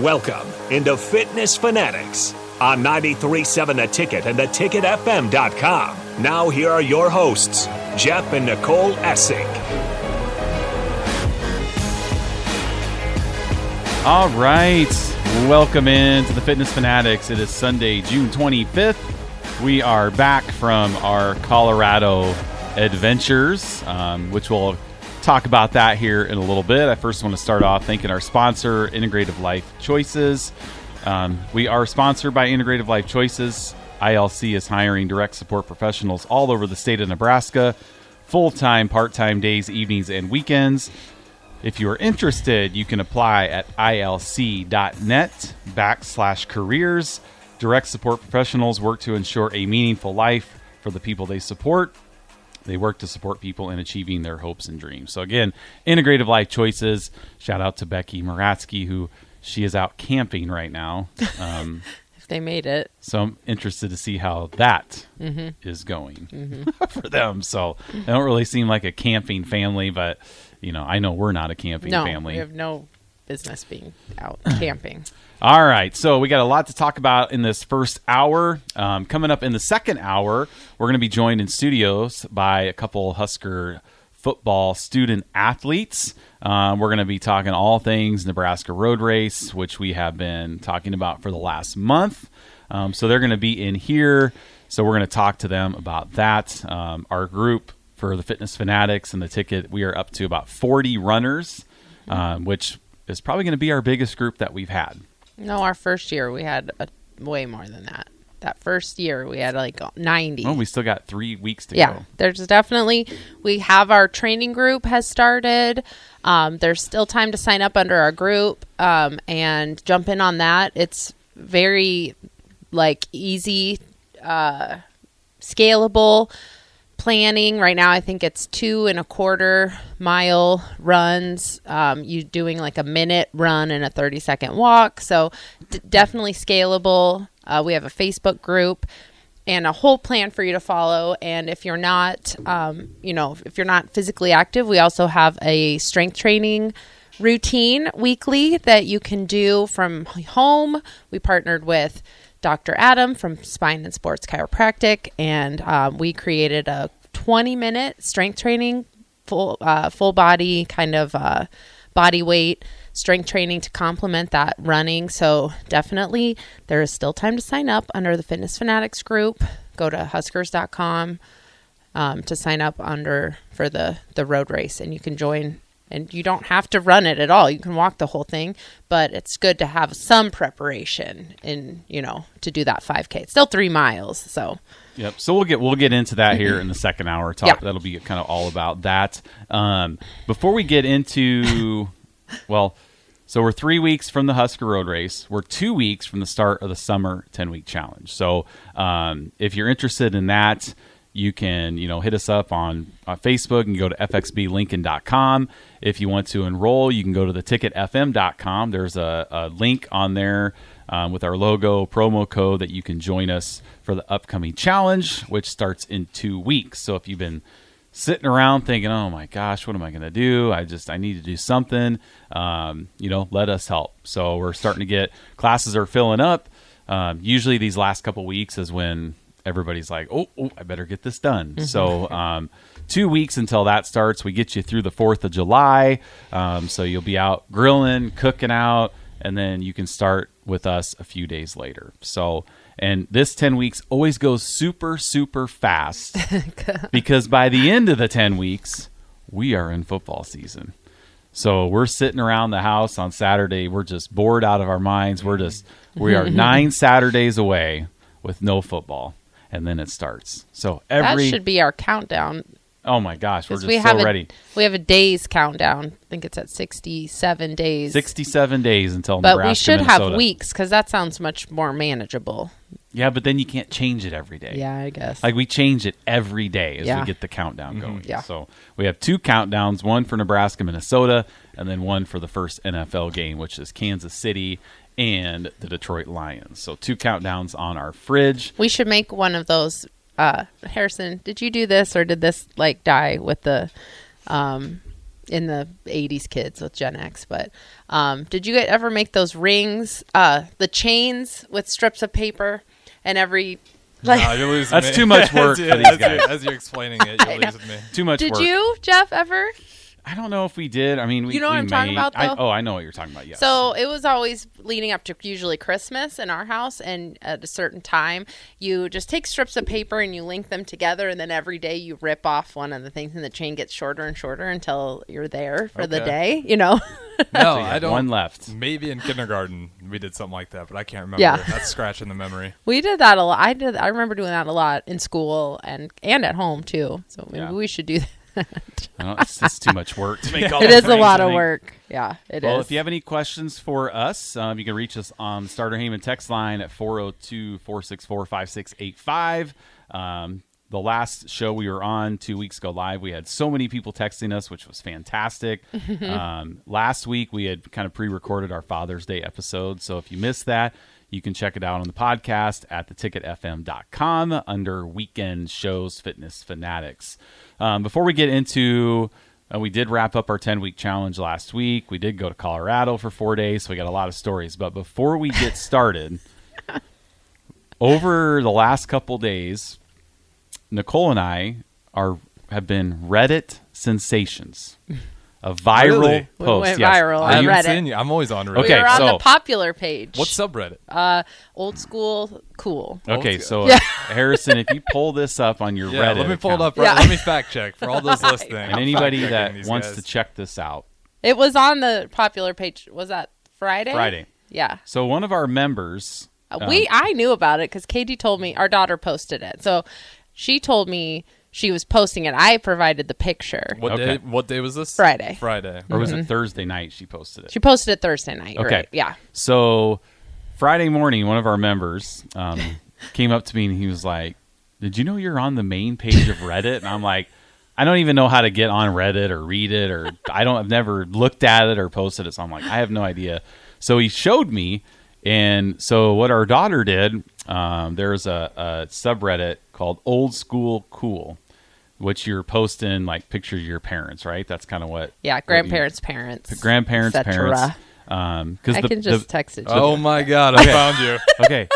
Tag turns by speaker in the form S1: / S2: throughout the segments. S1: Welcome into Fitness Fanatics on 937 The Ticket and theticketfm.com. Now, here are your hosts, Jeff and Nicole Essig.
S2: All right. Welcome in to the Fitness Fanatics. It is Sunday, June 25th. We are back from our Colorado adventures, um, which we'll talk about that here in a little bit. I first want to start off thanking our sponsor, Integrative Life Choices. Um, we are sponsored by Integrative Life Choices. ILC is hiring direct support professionals all over the state of Nebraska, full time, part time days, evenings, and weekends. If you are interested, you can apply at ilc.net backslash careers. Direct support professionals work to ensure a meaningful life for the people they support. They work to support people in achieving their hopes and dreams. So, again, integrative life choices. Shout out to Becky Moratsky, who she is out camping right now. Um,
S3: If they made it.
S2: So I'm interested to see how that is
S3: Mm-hmm.
S2: going for them. So they don't really seem like a camping family, but you know, I know we're not a camping
S3: no,
S2: family.
S3: we have no business being out camping.
S2: All right, so we got a lot to talk about in this first hour. Um, coming up in the second hour, we're going to be joined in studios by a couple Husker football student athletes. Um, we're going to be talking all things Nebraska Road Race, which we have been talking about for the last month. Um, so they're going to be in here. So we're going to talk to them about that. Um, our group for the Fitness Fanatics and the ticket, we are up to about 40 runners, um, which is probably going to be our biggest group that we've had.
S3: No, our first year we had a, way more than that. That first year we had like 90.
S2: Oh, we still got three weeks to
S3: yeah,
S2: go.
S3: there's definitely we have our training group has started. Um, there's still time to sign up under our group um, and jump in on that. It's very like easy, uh, scalable planning right now i think it's two and a quarter mile runs um, you doing like a minute run and a 30 second walk so d- definitely scalable uh, we have a facebook group and a whole plan for you to follow and if you're not um, you know if you're not physically active we also have a strength training routine weekly that you can do from home. We partnered with Dr. Adam from Spine and Sports Chiropractic, and um, we created a 20 minute strength training, full uh, full body kind of uh, body weight strength training to complement that running. So definitely, there is still time to sign up under the Fitness Fanatics group. Go to huskers.com um, to sign up under for the the road race and you can join and you don't have to run it at all you can walk the whole thing but it's good to have some preparation in you know to do that 5k it's still three miles so
S2: Yep. So we'll get we'll get into that here in the second hour talk.
S3: Yeah.
S2: That'll be kind of all about that. Um, before we get into, well, so we're three weeks from the Husker Road Race. We're two weeks from the start of the summer ten week challenge. So um, if you're interested in that, you can you know hit us up on, on Facebook and go to fxblincoln.com. If you want to enroll, you can go to the ticketfm.com. There's a, a link on there um, with our logo promo code that you can join us for the upcoming challenge, which starts in two weeks. So if you've been sitting around thinking, "Oh my gosh, what am I going to do? I just I need to do something," um, you know, let us help. So we're starting to get classes are filling up. Um, usually, these last couple weeks is when everybody's like, "Oh, oh I better get this done." So. Um, Two weeks until that starts. We get you through the 4th of July. Um, so you'll be out grilling, cooking out, and then you can start with us a few days later. So, and this 10 weeks always goes super, super fast because by the end of the 10 weeks, we are in football season. So we're sitting around the house on Saturday. We're just bored out of our minds. We're just, we are nine Saturdays away with no football. And then it starts. So every,
S3: that should be our countdown
S2: oh my gosh, we're
S3: because
S2: just
S3: we
S2: so
S3: have a,
S2: ready.
S3: we have a days countdown i think it's at 67 days
S2: 67 days until
S3: but
S2: Nebraska,
S3: we should have
S2: Minnesota.
S3: weeks because that sounds much more manageable
S2: Yeah, but then you can't change it every day.
S3: yeah i guess
S2: Like we change it every day as
S3: Yeah.
S2: we get the countdown
S4: Mm-hmm.
S2: going.
S3: Yeah.
S2: So we have two countdowns, one for Nebraska, Minnesota, and then one for the first NFL game, which is Kansas City and the Detroit Lions. So two countdowns on our fridge.
S3: We should make one of those. Uh, Harrison, did you do this or did this like die with the um, in the 80s kids with Gen X. But um, did you guys ever make those rings, uh, the chains with strips of paper and every. Like,
S4: No, you're losing
S2: That's
S4: me.
S2: too much work
S4: As
S2: for
S4: you-
S2: these
S4: as you-
S2: guys.
S4: As you're explaining it, you're losing me.
S2: Too much
S3: did
S2: work.
S3: you, Jeff, ever?
S2: I don't know if we did. I mean, we
S3: You know what
S2: we
S3: I'm talking
S2: made-
S3: about,
S2: I,
S3: though?
S2: oh, I know what you're talking about. Yes.
S3: So it was always leading up to usually Christmas in our house, and at a certain time, you just take strips of paper and you link them together, and then every day you rip off one of the things, and the chain gets shorter and shorter until you're there for the
S4: Okay.
S3: day. You know,
S4: No,
S2: So you
S4: I
S2: have
S4: don't.
S2: One left.
S4: Maybe in kindergarten we did something like that, but I can't remember.
S3: Yeah.
S4: That's scratching the memory.
S3: we did that a lot. I did. I remember doing that a lot in school and and at home too. So maybe
S2: Yeah.
S3: we should do. that.
S2: I don't, it's, it's too much work. to make all
S3: It
S2: those
S3: is a
S2: rings,
S3: lot
S2: I
S3: of
S2: think.
S3: work. Yeah, it is.
S2: Well, if you have any questions for us, um, you can reach us on the Starter Heyman text line at 402 464 5685. Um, The last show we were on two weeks ago live, we had so many people texting us, which was fantastic. um, last week, we had kind of pre recorded our Father's Day episode. So if you missed that, you can check it out on the podcast at theticketfm.com under weekend shows fitness fanatics. Um, before we get into, uh, we did wrap up our 10 week challenge last week. We did go to Colorado for four days, so we got a lot of stories. But before we get started, over the last couple days, Nicole and I are have been Reddit sensations, a viral
S4: Really?
S2: post.
S3: We went
S2: yes.
S3: viral
S2: Are
S3: on
S4: I
S2: you-
S4: haven't
S3: Reddit.
S4: seen you. I'm always on Reddit.
S3: we
S2: okay,
S3: were on
S2: so-
S3: the popular page.
S4: What's subreddit?
S3: Uh, old school, cool.
S2: Okay,
S4: Oh,
S2: so uh, Harrison, if you pull this up on your
S4: Yeah,
S2: Reddit,
S4: let me pull it
S2: account,
S4: up. Right,
S3: Yeah.
S4: Let me fact check for all those listening.
S2: and anybody that wants to check this out,
S3: It was on the popular page. Was that Friday?
S2: Friday.
S3: Yeah.
S2: So one of our members,
S3: Uh,
S2: um,
S3: we I knew about it because Katie told me our daughter posted it. So she told me she was posting it. I provided the picture.
S4: What
S2: Okay.
S4: day? What day was this?
S3: Friday.
S4: Friday.
S2: or was it Thursday night? She posted it.
S3: She posted it Thursday night.
S2: Okay.
S3: Right? Yeah.
S2: So Friday morning, one of our members um, came up to me and he was like, "Did you know you're on the main page of Reddit?" And I'm like, "I don't even know how to get on Reddit or read it, or I don't. I've never looked at it or posted it, so I'm like, I have no idea." So he showed me, and so what our daughter did, um, there's a, a subreddit called Old School Cool. Which you're posting like pictures of your parents, right? That's kind of what.
S3: Yeah.
S2: what you-
S3: Grandparents, parents.
S2: grandparents,
S3: et cetera.
S2: parents. Um, because
S3: I
S2: the,
S3: can
S2: the-
S3: just text it. to
S4: Oh
S3: you.
S4: my God! I found you.
S2: Okay.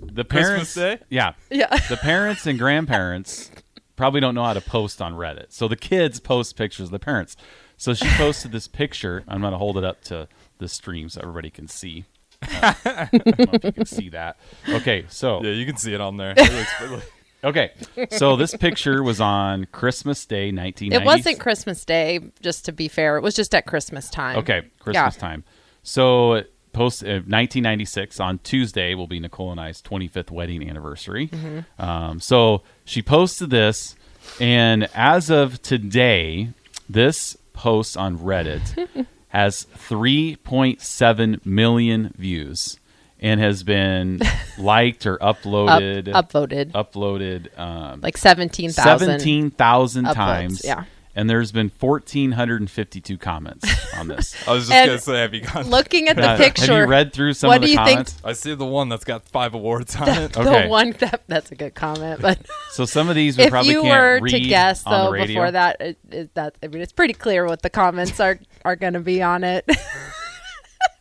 S2: the parents,
S4: Day?
S2: yeah,
S3: Yeah.
S2: the parents and grandparents probably don't know how to post on Reddit, so the kids post pictures of the parents. So she posted this picture. I'm going to hold it up to the stream so everybody can see. Uh, I don't know if you can see that. Okay, so
S4: Yeah, you can see it on there. It looks- it looks-
S2: okay, so this picture was on Christmas Day, 1990.
S3: It wasn't Christmas Day, just to be fair. It was just at Christmas time.
S2: Okay,
S3: Yeah.
S2: Christmas time. So post uh, 1996 on Tuesday will be Nicole and I's 25th wedding anniversary.
S3: Mm-hmm.
S2: Um, so she posted this, and as of today, this post on Reddit has 3.7 million views and has been liked or
S3: Up,
S2: uploaded
S3: upvoted.
S2: uploaded um,
S3: Like 17,000.
S2: 17,000
S3: upvotes,
S2: times.
S3: yeah.
S2: And there's been 1,452 comments on this.
S4: I was just
S3: And
S4: gonna say, have you gone?
S3: Looking at the
S2: Uh,
S3: picture.
S2: Have you read through some
S3: what
S2: of the
S3: do you think-
S2: comments?
S4: I see the one that's got five awards on it.
S2: Okay.
S3: The one that, that's a good comment, but
S2: So some of these we
S3: if
S2: probably
S3: you
S2: can't
S3: were to
S2: read
S3: guess
S2: on the
S3: though
S2: radio.
S3: before that, it, it, that I mean it's pretty clear what the comments are are going to be on it.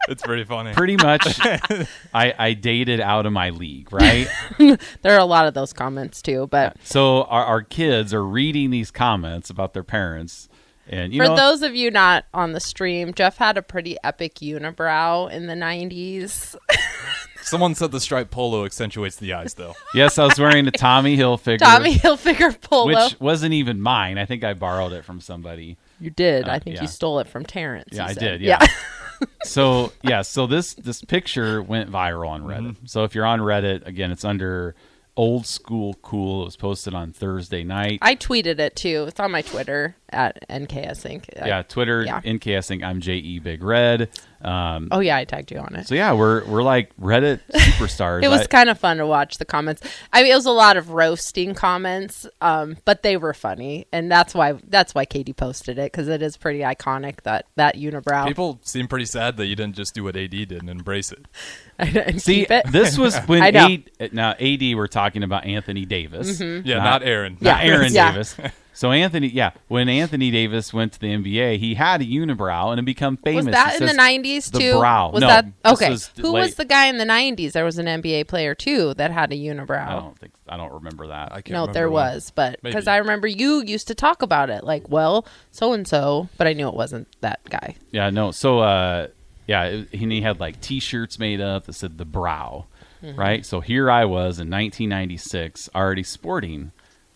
S4: It's pretty funny.
S2: Pretty much, I, I dated out of my league, right?
S3: there are a lot of those comments too, but
S2: so our, our kids are reading these comments about their parents, and you
S3: for
S2: know,
S3: those of you not on the stream, Jeff had a pretty epic unibrow in the 90s.
S4: Someone said the striped polo accentuates the eyes, though.
S2: yes, I was wearing a Tommy Hilfiger,
S3: Tommy Hilfiger polo.
S2: which wasn't even mine. I think I borrowed it from somebody.
S3: you did. I
S2: uh,
S3: think
S2: yeah.
S3: you stole it from Terrence.
S2: Yeah,
S3: you
S2: I
S3: said.
S2: did. Yeah. so yeah, so this this picture went viral on Reddit.
S3: Mm-hmm.
S2: So if you're on Reddit, again, it's under old school cool. It was posted on Thursday night.
S3: I tweeted it too. It's on my Twitter at NKS Inc.
S2: yeah, Twitter
S3: yeah.
S2: NKSing. I'm JE Big Red. Um,
S3: Oh yeah, I tagged you on it.
S2: so yeah, we're we're like Reddit superstars.
S3: It was
S2: I-
S3: kind of fun to watch the comments. I mean, it was a lot of roasting comments, um, but they were funny, and that's why that's why Katie posted it because it is pretty iconic that that unibrow.
S4: People seem pretty sad that you didn't just do what AD did and embrace it.
S3: and
S2: See,
S3: keep it.
S2: this was when
S3: I know. Mm-hmm.
S2: AD, now AD. We're talking about Anthony Davis.
S4: Yeah,
S2: Not-
S4: not Aaron.
S2: not Aaron
S3: Yeah.
S2: Davis. So Anthony, yeah, when Anthony Davis went to the NBA, he had a unibrow and it become famous.
S3: Was that
S2: It
S3: in the
S2: says
S3: nineties
S2: the
S3: too?
S2: brow.
S3: Was
S2: No,
S3: that
S2: this
S3: okay?
S2: was
S3: Who
S2: late-
S3: was the guy in the nineties? There was an NBA player too that had a unibrow.
S2: I don't think I don't Oh, remember that.
S4: I can't
S3: no,
S4: remember
S3: there
S4: when.
S3: was, but
S4: Maybe.
S3: because I remember you used to talk about it, like, well, so and so, but I knew it wasn't that guy.
S2: Yeah, no. So, uh, yeah, it- and he had like T-shirts made up that said the brow,
S3: Mm-hmm.
S2: right? So here I was in 1996, already sporting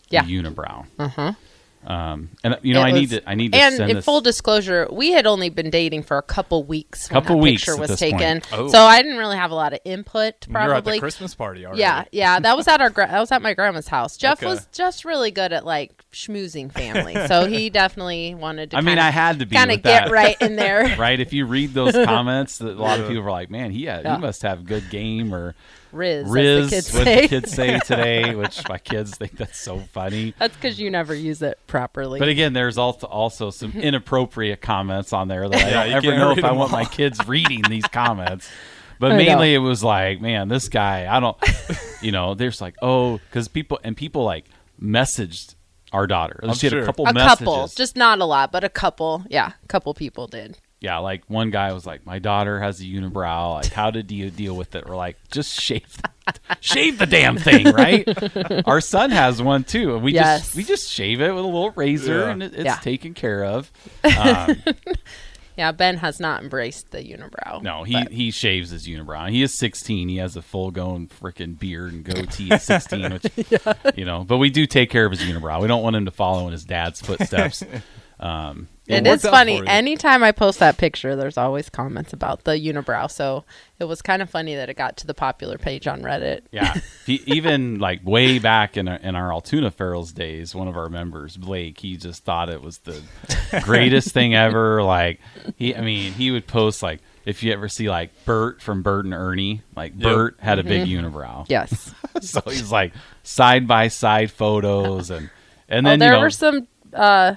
S3: Yeah. Uh-huh.
S2: the unibrow. Um, and you know,
S3: It
S2: I need
S3: was-
S2: to. I need to
S3: And
S2: send
S3: in
S2: this.
S3: full disclosure, we had only been dating for a couple weeks. When
S2: Couple
S3: that
S2: weeks
S3: picture
S2: at
S3: was
S2: this
S3: taken,
S2: point.
S4: Oh.
S3: so I didn't really have a lot of input. Probably
S4: You're at the Christmas party already.
S3: Yeah, yeah, that was at our gra- that was at my grandma's house. Jeff
S4: Okay.
S3: was just really good at like schmoozing family, so he definitely wanted to.
S2: I mean, I had to be
S3: kind of
S2: with
S3: get
S2: that.
S3: right in there,
S2: right? If you read those comments, that a lot of
S4: Yeah.
S2: people were like, "Man, he, had,
S3: Yeah.
S2: he must have good game or
S3: Riz.
S2: Riz."
S3: as the kids
S2: what
S3: say.
S2: the kids say today, which my kids think that's so funny.
S3: That's because you never use it properly.
S2: But again, there's also also some inappropriate comments on there that I
S4: Mm-hmm. Yeah,
S2: don't
S4: you
S2: ever
S4: can't
S2: know
S4: read
S2: if I
S4: them
S2: want my kids reading these comments. But
S3: I know.
S2: mainly, it was like, man, this guy, I don't, you know, there's like, oh, because people and people like messaged our daughter.
S4: I'm
S2: she had
S4: sure.
S2: a couple
S3: a
S2: messages.
S3: couple, just not a lot, but a couple. Yeah, a couple people did.
S2: yeah, like one guy was like, my daughter has a unibrow. Like, how did you deal with it? Or like, just shave, the, shave the damn thing, right? our son has one too, and we
S3: Yes.
S2: just we just shave it with a little razor,
S4: Yeah.
S2: and it, it's
S3: Yeah.
S2: taken care of.
S3: Yeah, Ben has not embraced the unibrow.
S2: No, he,
S3: but-
S2: he shaves his unibrow. He is 16. He has a full going freaking beard and goatee at 16, which, you know, but we do take care of his unibrow. We don't want him to follow in his dad's footsteps. Um,
S3: It
S2: and
S3: is
S4: worked out
S3: funny.
S4: for you.
S3: Anytime I post that picture, there's always comments about the unibrow. So it was kind of funny that it got to the popular page on Reddit.
S2: Yeah. He, even like way back in our, in our Altoona Ferals days, one of our members, Blake, he just thought it was the greatest thing ever. Like he, I mean, he would post like if you ever see like Bert from Bert and Ernie, like Bert had a big
S3: Mm-hmm.
S2: unibrow.
S3: Yes. Oh,
S2: so he's like side by side photos and and then
S3: oh, there
S2: you know,
S3: were some uh,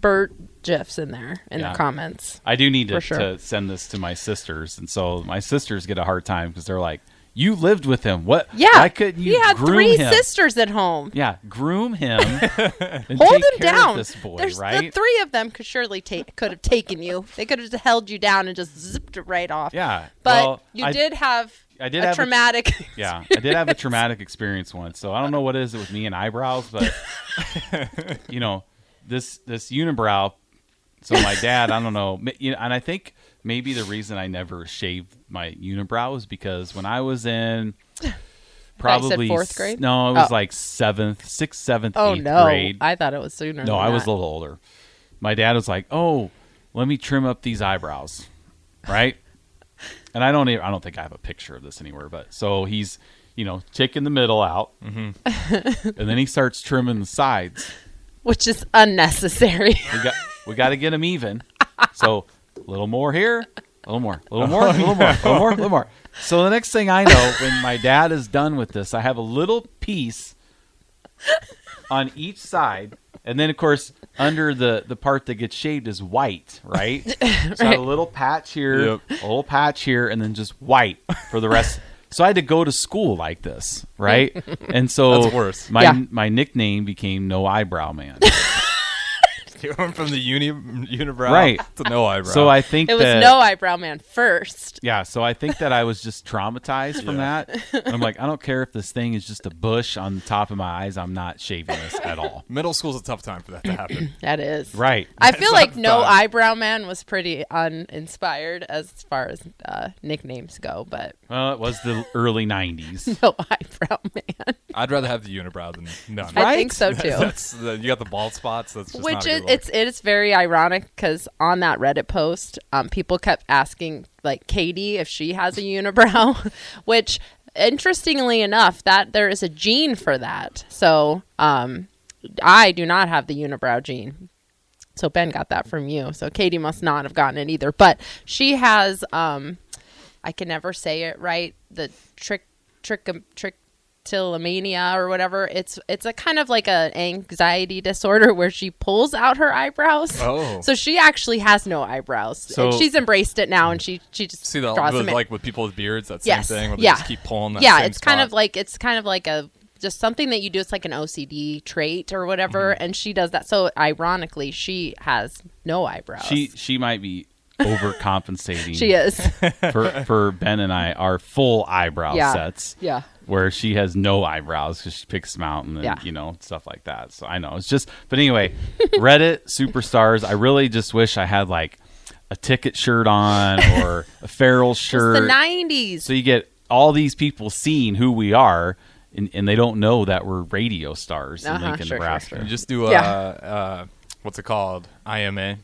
S3: Bert gifs in there in
S2: Yeah.
S3: the comments.
S2: I do need to,
S3: for sure.
S2: to send this to my sisters, and so my sisters get a hard time because they're like, "You lived with him, what?
S3: Yeah,
S2: why couldn't you
S3: he had
S2: groom
S3: three
S2: him?
S3: sisters at home.
S2: Yeah, groom him, and
S3: Hold
S2: take
S3: him
S2: care
S3: down.
S2: of this boy,
S3: There's the
S2: right?
S3: three of them could surely take could have taken you. They could have just held you down and just zipped it right off.
S2: Yeah,
S3: but
S2: well,
S3: you
S2: I-
S3: did have
S2: I did
S3: a
S2: have a-
S3: traumatic.
S2: yeah, I did have a traumatic experience once, so I don't know what is it with me and eyebrows, but you know, this this unibrow. So my dad, I don't know, ma- you know, and I think maybe the reason I never shaved my unibrow is because when I was in
S3: thought you said
S2: probably
S3: fourth grade?
S2: s- No, it was
S3: Oh.
S2: like seventh, sixth, seventh,
S3: oh
S2: eighth
S3: no,
S2: grade.
S3: I thought it was sooner.
S2: No,
S3: than
S2: I was
S3: that.
S2: a little older. My dad was like, "Oh, let me trim up these eyebrows," right? and I don't, even, I don't think I have a picture of this anywhere, but so he's, you know, taking the middle out, and then he starts trimming the sides.
S3: which is unnecessary.
S2: We got, we got to get them even. So a little more here, a little more, a little
S4: Oh,
S2: more, a little more, a little more, a little more. So the next thing I know, when my dad is done with this, I have a little piece on each side, and then of course under the the part that gets shaved is white, right? So I had a little patch here,
S4: Yep.
S2: a little patch here, and then just white for the rest. So I had to go to school like this, right? And so
S4: That's worse.
S2: my
S3: Yeah.
S2: my nickname became No Eyebrow Man.
S4: You went from the uni unibrow
S2: Right.
S4: to no eyebrow.
S2: So I think
S3: It was
S2: that,
S3: no eyebrow man first.
S2: Yeah, so I think that I was just traumatized from
S4: Yeah.
S2: that. And I'm like, I don't care if this thing is just a bush on the top of my eyes. I'm not shaving this at all.
S4: middle school's a tough time for that to happen.
S3: That is
S2: Right.
S3: I feel like no
S4: fun.
S3: eyebrow man was pretty uninspired as far as uh, nicknames go, but
S2: Well, it was the early 90s.
S3: no eyebrow man.
S4: I'd rather have the unibrow than none.
S3: I think so too.
S4: That's the, you got the bald spots. That's just
S3: Which
S4: not a good
S3: is
S4: look.
S3: it's it's very ironic because on that Reddit post, um, people kept asking like Katie if she has a unibrow, which interestingly enough, that there is a gene for that. So um, I do not have the unibrow gene. So Ben got that from you. So Katie must not have gotten it either. But she has um, I can never say it right. The trick trick trick or whatever it's it's a kind of like a anxiety disorder where she pulls out her eyebrows
S4: Oh.
S3: so she actually has no eyebrows
S2: So-
S3: and she's embraced it now and she she just
S4: See that
S3: draws
S4: with,
S3: them in.
S4: like with people with beards, that
S3: Yes.
S4: same thing where they
S3: Yeah.
S4: just keep pulling that
S3: yeah
S4: same
S3: it's kind
S4: spot.
S3: of like it's kind of like a just something that you do. It's like an OCD trait or whatever,
S4: Mm-hmm.
S3: and she does that. So ironically, she has no eyebrows.
S2: She she might be overcompensating.
S3: she is.
S2: for for Ben and I are full eyebrow
S3: Yeah.
S2: sets.
S3: yeah.
S2: Where she has no eyebrows because she picks them out and then,
S3: Yeah.
S2: you know stuff like that. So I know it's just, but anyway, Reddit superstars. I really just wish I had like a ticket shirt on or a feral shirt.
S3: It's the nineties.
S2: So you get all these people seeing who we are, and, and they don't know that we're radio stars in
S3: Uh-huh,
S2: Lincoln,
S3: sure, sure,
S2: Nebraska.
S3: sure.
S4: You just do uh,
S3: Yeah.
S4: uh, what's it called? IMA.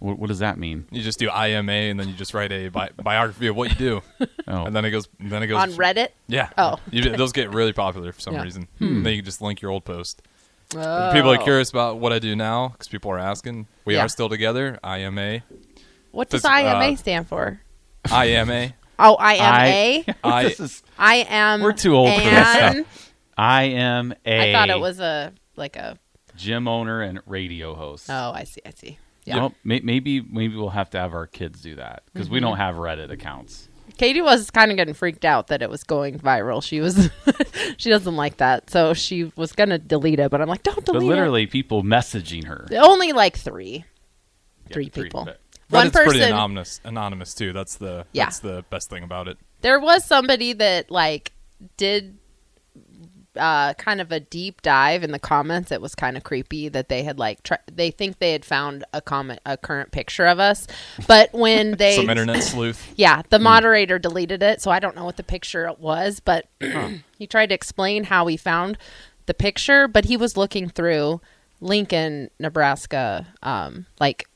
S2: What, what does that mean?
S4: You just do IMA, and then you just write a bi- biography of what you do,
S2: Oh,
S4: and then it goes. Then it goes
S3: on Reddit.
S4: Yeah.
S3: Oh.
S4: You, those get really popular for some
S3: Yeah. Hmm.
S4: reason. Then you can just link your old post. People are curious about what I do now because people are asking. We
S3: Oh. Yeah.
S4: are still together. IMA.
S3: What does
S4: Does, uh,
S3: IMA stand for?
S4: IMA.
S3: Oh, I am
S2: I-
S3: a.
S4: I-
S2: this is,
S3: I am.
S2: We're too old for this stuff.
S3: an-
S2: I am a
S3: I thought it was a like a.
S2: gym owner and radio host.
S3: Oh, I see. I see. Yeah.
S2: Well, may- maybe maybe we'll have to have our kids do that because we
S3: Mm-hmm.
S2: don't have Reddit accounts.
S3: Katie was kind of getting freaked out that it was going viral. She was, she doesn't like that, so she was gonna delete it. But I'm like, don't
S2: But
S3: delete
S2: literally, people messaging her.
S3: it. Only like three,
S2: Yeah,
S3: three people.
S2: but-
S4: But
S3: One
S4: it's
S3: person.
S4: pretty anonymous. Anonymous too. That's the
S3: Yeah.
S4: that's the best thing about it.
S3: There was somebody that like did uh, kind of a deep dive in the comments. It was kind of creepy that they had like tr- they think they had found a comment a current picture of us, but when they
S4: Some internet sleuth.
S3: Yeah,
S2: Hmm.
S3: the moderator deleted it, so I don't know what the picture was, but he tried to explain how he found the picture, but he was looking through Lincoln, Nebraska, um, like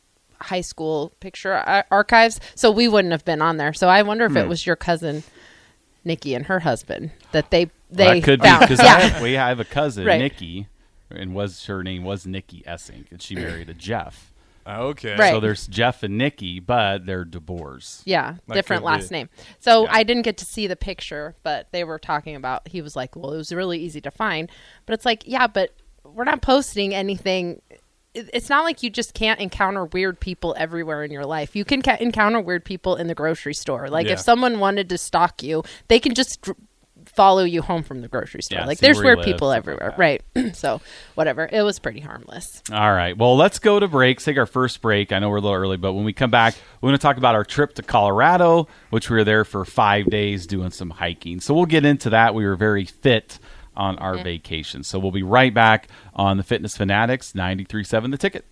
S3: high school picture ar- archives, so we wouldn't have been on there. So I wonder if
S2: Hmm.
S3: it was your cousin Nikki and her husband that they they
S2: that could be
S3: found.
S2: because
S3: yeah.
S2: we have a cousin
S3: Right.
S2: Nikki, and was her name was Nikki Essink, and she married a Jeff.
S4: Okay.
S3: Right.
S2: So there's Jeff and Nikki, but they're divorced.
S3: Yeah,
S4: That
S3: different
S4: could be.
S3: last name. So
S2: Yeah.
S3: I didn't get to see the picture, but they were talking about. He was like, "Well, it was really easy to find," but it's like, yeah, but we're not posting anything. It- It's not like you just can't encounter weird people everywhere in your life. You can ca- encounter weird people in the grocery store. Like
S4: Yeah.
S3: if someone wanted to stalk you, they can just dr- follow you home from the grocery store.
S2: Yeah,
S3: like
S2: see
S3: there's
S2: where you
S3: weird
S2: live,
S3: people
S2: stuff like
S3: everywhere, right? so whatever. It was pretty harmless.
S2: All right. Well, let's go to break. Let's take our first break. I know we're a little early, but when we come back, we're going to talk about our trip to Colorado, which we were there for five days doing some hiking. So we'll get into that. We were very fit on our vacation. So we'll be right back on the Fitness Fanatics 93.7 The Ticket.